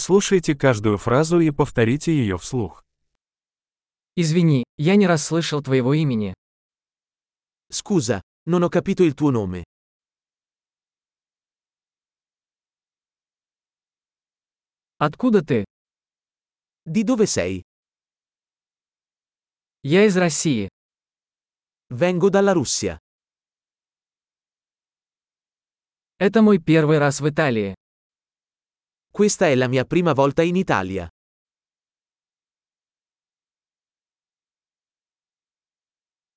Прослушайте каждую фразу и повторите ее вслух. Извини, я не расслышал твоего имени. Scusa, non ho capito il tuo nome. Откуда ты? Di dove sei? Я из России. Vengo dalla Russia. Это мой первый раз в Италии. Questa è la mia prima volta in Italia.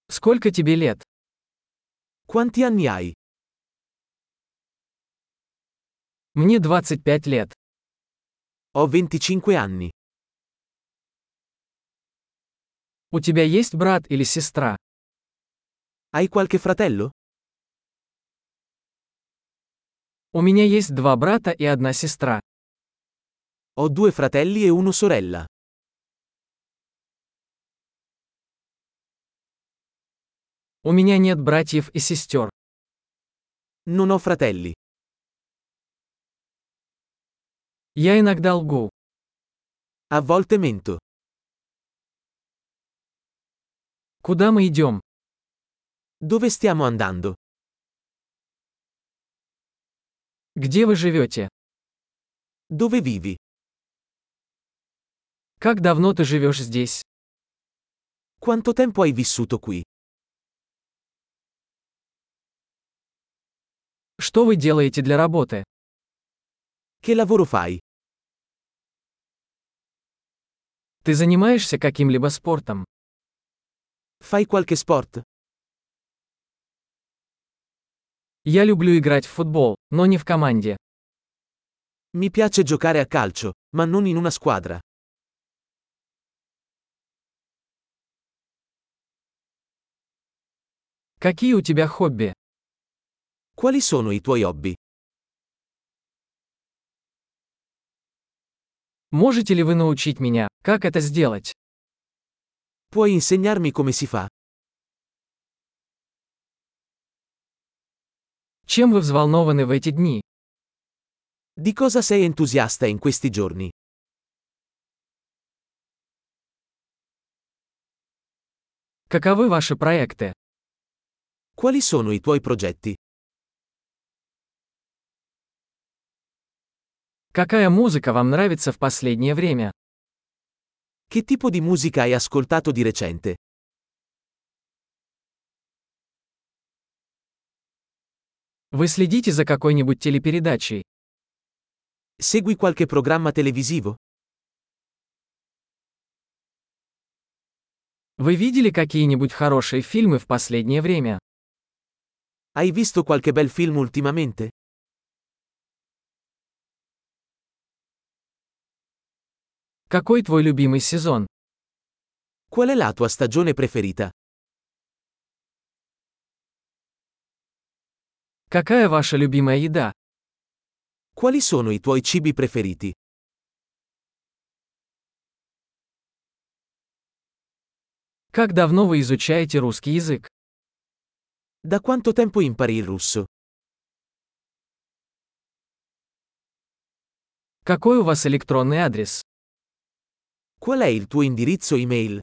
Сколько тебе лет? Quanti anni hai? Мне 25 лет. Ho 25 anni. У тебя есть брат или сестра? Hai qualche fratello? У меня есть два брата и одна сестра. Ho due fratelli e una sorella. У меня нет братьев и сестер. Non ho fratelli. Я иногда лгу. A volte mento. Куда мы идем? Dove stiamo andando? Где вы живете? Dove vivi? Как давно ты живешь здесь? Quanto tempo hai vissuto qui? Что вы делаете для работы? Che lavoro fai? Ты занимаешься каким-либо спортом? Fai qualche sport? Я люблю играть в футбол, но не в команде. Mi piace giocare a calcio, ma non in una squadra. Какие у тебя хобби? Quali sono i tuoi hobby? Можете ли вы научить меня, как это сделать? Puoi insegnarmi come si fa? Чем вы взволнованы в эти дни? Di cosa sei entusiasta in questi giorni? Каковы ваши проекты? Quali sono i tuoi progetti? Какая музыка вам нравится в последнее время? Che tipo di musica hai ascoltato di recente? Вы следите за какой-нибудь телепередачей? Segui qualche programma televisivo? Вы видели какие-нибудь хорошие фильмы в последнее время? Hai visto qualche bel film ultimamente? Какой твой любимый сезон? Qual è la tua stagione preferita? Какая ваша любимая еда? Quali sono i tuoi cibi preferiti? Как давно вы изучаете русский язык? Da quanto tempo impari il russo? Какой у вас электронный адрес? Qual è il tuo indirizzo email?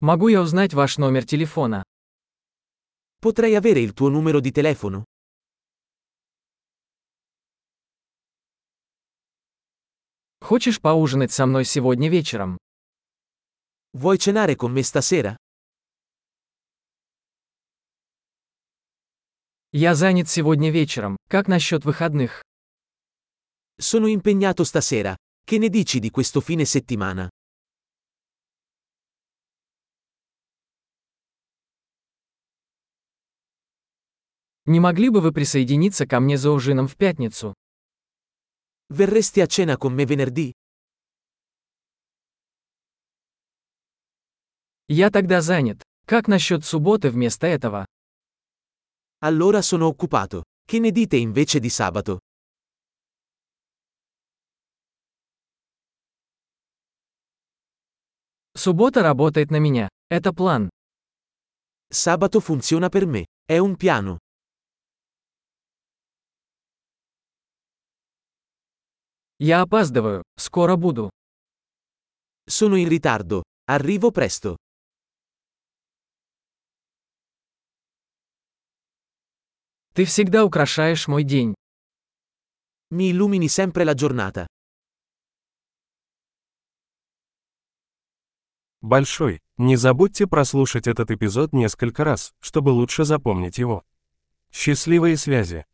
Могу я узнать ваш номер телефона? Potrei avere il tuo numero di telefono? Хочешь поужинать со мной сегодня вечером? Vuoi cenare con me stasera? Я занят сегодня вечером. Как насчет выходных? Sono impegnato stasera. Che ne dici di questo fine settimana? Не могли бы вы присоединиться ко мне за ужином в пятницу? Verresti a cena con me venerdì? Я тогда занят. Как насчет субботы вместо этого? Allora sono occupato. Che ne dite invece di sabato? Суббота работает на меня. Это план. Sabato funziona per me. È un piano. Я опаздываю, скоро буду. Sono in ritardo. Arrivo presto. Ты всегда украшаешь мой день. Mi illumini sempre la giornata. Большой, не забудьте прослушать этот эпизод несколько раз, чтобы лучше запомнить его. Счастливые связи!